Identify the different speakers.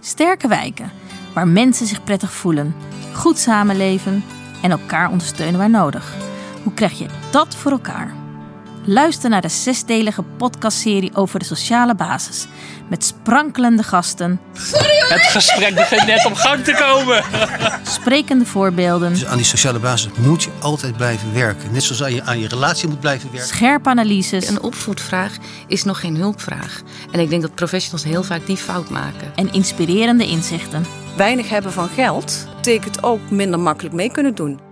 Speaker 1: Sterke wijken, waar mensen zich prettig voelen, goed samenleven en elkaar ondersteunen waar nodig. Hoe krijg je dat voor elkaar? Luister naar de zesdelige podcastserie over de sociale basis. Met sprankelende gasten,
Speaker 2: Het gesprek begint net op gang te komen.
Speaker 1: sprekende voorbeelden,
Speaker 3: Dus aan die sociale basis moet je altijd blijven werken. Net zoals aan je, aan je relatie moet blijven werken.
Speaker 1: scherpe analyses
Speaker 4: Dus Een opvoedvraag is nog geen hulpvraag. En ik denk dat professionals heel vaak die fout maken.
Speaker 1: en inspirerende inzichten.
Speaker 5: Weinig hebben van geld betekent ook minder makkelijk mee kunnen doen.